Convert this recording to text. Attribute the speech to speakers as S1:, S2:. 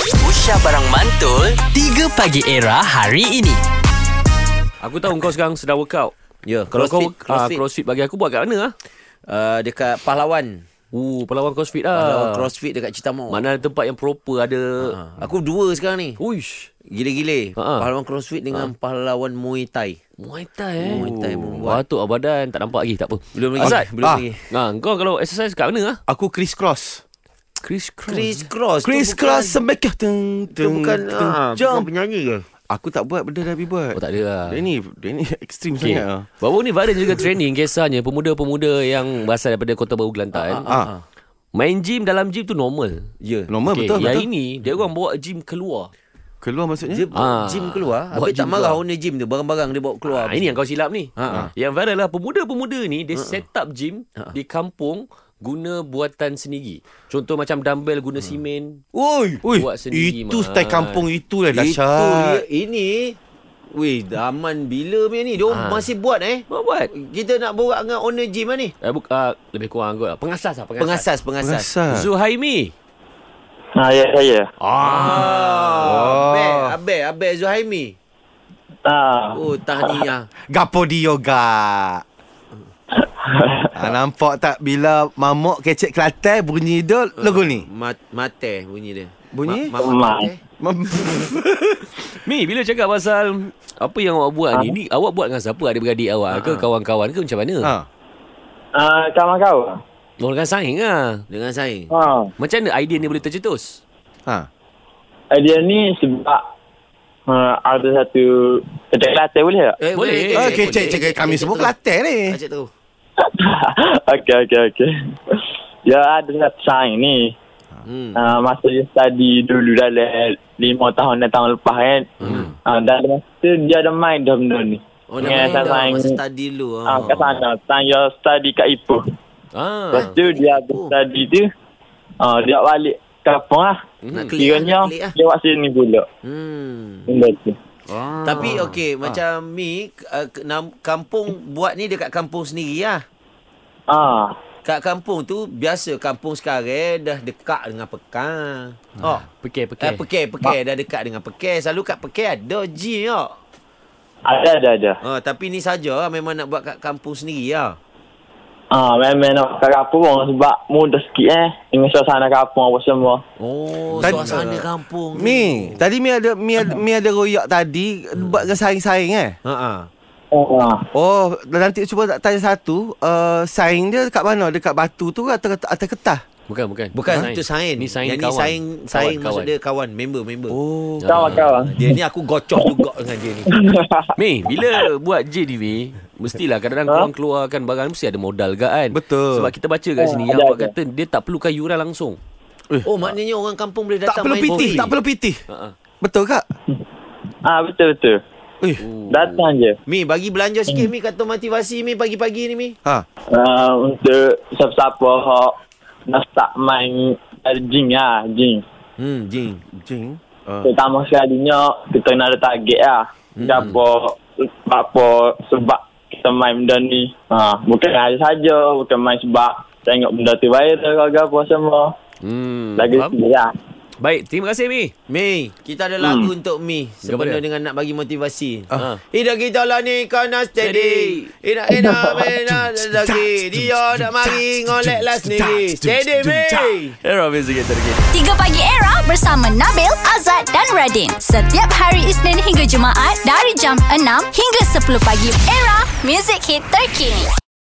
S1: Aisyah Barang Mantul 3 Pagi Era hari ini
S2: Aku tahu kau sekarang sedang workout.
S3: Ya,
S2: Kalau
S3: crossfit,
S2: kau crossfit.
S3: crossfit.
S2: crossfit bagi aku buat kat mana ah?
S3: Uh, dekat pahlawan.
S2: Uh, pahlawan crossfit lah.
S3: Pahlawan crossfit dekat Citamo.
S2: Mana ada tempat yang proper ada.
S3: Ha.
S2: Ah.
S3: Aku dua sekarang ni.
S2: Uish, Ha,
S3: Gila-gila.
S2: ha.
S3: Pahlawan crossfit dengan pahlawan Muay Thai.
S2: Muay Thai eh.
S3: Muay Thai pun buat.
S2: Patut ah badan tak nampak lagi, tak apa.
S3: Belum lagi.
S2: Azad,
S3: Belum
S4: ah.
S3: lagi.
S2: Nah, kau kalau exercise kat mana ah?
S4: Aku criss cross.
S2: Chris Cross.
S3: Criss cross. tu
S4: Criss
S3: bukan-
S4: cross semekah ya. teng
S3: Tu
S4: teng.
S3: bukan
S4: teng,
S3: ah,
S4: jump.
S3: bukan penyanyi ke?
S4: Aku tak buat benda Nabi
S2: Oh
S4: buat.
S2: tak ada lah.
S4: Dia ni dia ni ekstrim
S2: Okay.
S4: sangat ah.
S2: Baru ni viral juga training kisahnya pemuda-pemuda yang berasal daripada Kota Baru Kelantan.
S4: Ah,
S2: Main gym dalam gym tu normal.
S3: Ya.
S4: normal
S2: Okey,
S4: Ah, betul
S2: yang
S4: betul.
S2: ini dia orang bawa gym keluar.
S4: Keluar maksudnya?
S3: Dia
S2: Ah.
S3: gym keluar.
S2: Buat
S3: Habis tak
S2: gym
S3: marah
S2: keluar.
S3: owner gym tu. Barang-barang dia bawa keluar.
S2: Ha, ini yang kau silap ni.
S3: Ah, Ha,
S2: Ha. Yang viral lah pemuda-pemuda ni dia set up gym di kampung guna buatan sendiri. Contoh macam dumbbell guna simen.
S3: Oi.
S4: Ui,
S2: buat sendiri,
S4: itu
S2: Mat.
S4: style kampung itu lah
S3: Itu dia-
S4: dahsyat.
S3: ini. Weh, zaman bila punya ni. Dia
S2: Ah.
S3: orang masih buat eh.
S2: Apa buat?
S3: Kita nak borak dengan owner gym lah ni.
S2: Eh, buka, uh, lebih kurang kot. Pengasas lah, pengasas.
S3: Pengasas, pengasas.
S4: Pengasas.
S2: Zuhaimi.
S5: Ha, ya, saya.
S3: Ah, Abel,
S2: Oh.
S3: Abel, Abel Zuhaimi.
S5: Ha.
S3: Oh, tahniah.
S4: Gapo di yoga. ah, nampak tak bila mamok kecek Kelantan bunyi dia lagu ni?
S3: Mat, mate bunyi dia.
S4: Bunyi?
S3: Ma, ma,
S5: Mat.
S3: mate.
S4: Mem-
S2: Mi, bila cakap pasal apa yang awak buat ni, ni awak buat dengan siapa? Adik-beradik awak ke? Kawan-kawan ke? Macam mana? Ha.
S4: ha.
S5: Ha, kawan-kawan.
S2: Orang kan saing lah.
S3: Dengan saya.
S5: Ha.
S2: Macam mana idea ni boleh tercetus?
S4: Ha.
S5: Idea Ah, ni sebab ha, ada satu kedai latte boleh tak?
S3: Eh,
S2: Boleh.
S3: boleh,
S4: Okey,
S3: boleh,
S4: cek
S3: boleh.
S4: cek Ah, kami semua Kelantan ni.
S3: Cek tu.
S5: okey, okey, okey. Dia ada satu saing ni.
S4: Ah.
S3: Hmm.
S5: Ha, masa dia study dulu dalam lima tahun dan tahun lepas kan. Ha, dan masa dia ada main dah benda ni.
S3: Hmm. Oh,
S5: Dengan
S3: nama
S5: asal
S3: dah
S5: saing.
S3: masa study dulu. Oh.
S5: Ha, kat sana. Saya study kat Ipoh. Lepas
S2: Ah.
S5: tu dia habis
S3: Oh.
S5: study tu. Ha, dia balik kampung lah.
S3: Nak klik lah,
S5: Kiranya
S3: nak klik lah.
S5: dia buat sini pula.
S3: Hmm.
S5: Benda tu.
S2: ah.
S3: Tapi okey, macam Mi, uh, ke- nam- kampung buat ni dekat kampung sendiri lah.
S5: Ah,
S3: Kat kampung tu, biasa kampung sekarang dah dekat dengan Pekan.
S4: Ah,
S3: Oh,
S2: Pekai-pekai.
S3: okay. eh, Pekan, Pekan. Dah dekat dengan Pekan. Selalu kat Pekan ada gym tak?
S5: ada ada ada.
S3: Ha, tapi ni saja lah, memang nak buat kat kampung sendiri lah.
S5: Ah, memang nak kat kampung orang sebab mudah sikit eh dengan suasana kampung apa semua.
S3: Oh,
S4: Tadi-
S3: suasana kampung.
S4: Mi, tadi Mi ada Mi ada, Mi ada royak tadi buat dengan saing-saing eh.
S3: Ha ah.
S5: Ah,
S4: Oh, nanti cuba tak tanya satu, uh, saing dia dekat mana? Dekat batu tu ke atau atau ketah?
S2: Bukan, bukan.
S3: Bukan tu sain.
S2: Ni saing kawan.
S3: Yang ni saing
S2: Kawan,
S3: saing
S2: Ha.
S3: maksud dia kawan, member member.
S4: Oh.
S2: Ah.
S5: kawan-kawan.
S3: Dia ni aku gocok juga dengan dia ni.
S2: Mi, bila buat JDV, mestilah
S5: Ha?
S2: kadang-kadang korang keluarkan barang ni mesti ada modal ke kan?
S4: Betul.
S2: Sebab kita baca kat sini,
S5: Oh, ada,
S2: yang awak
S5: ada.
S2: kata dia tak perlukan yuran langsung.
S3: Oh, maknanya orang kampung boleh
S4: Eh. Tak Ha,
S3: datang
S4: perlu
S3: main
S4: pitih,
S3: golf.
S4: tak perlu pitih.
S2: Ha-ha.
S4: Betul kak?
S5: Ah, betul betul.
S4: Eh.
S2: Oh.
S5: Datang je.
S3: Mi bagi belanja sikit Mi kata motivasi Mi pagi-pagi ni Mi.
S4: Ha.
S5: Ah, untuk siapa-siapa hok nak start main uh, jing ah, jing.
S3: Hmm, jing.
S4: Jing. Uh.
S5: Terutama sekalinya kita nak ada target ah.
S2: Hmm.
S5: Siapa apa sebab kita main benda ni. Ah, bukan hari saja, bukan main sebab tengok benda tu viral ke apa semua.
S2: Hmm.
S5: Lagi
S2: faham?
S5: sikit lah.
S2: Baik, terima kasih Mi.
S3: Mi, kita ada lagu untuk Mi
S2: Apa
S3: sebenarnya
S2: dia?
S3: dengan nak bagi motivasi.
S2: Ah.
S3: Ida kita lah ni kena steady. Ida ida mena lagi. Dia dah mari ngolek lah sendiri. Steady Mi.
S2: Era Music yang terkini.
S6: 3 Pagi Era bersama Nabil, Azad dan Radin. Setiap hari Isnin hingga Jumaat dari jam 6 hingga 10 pagi. Era, music hit terkini.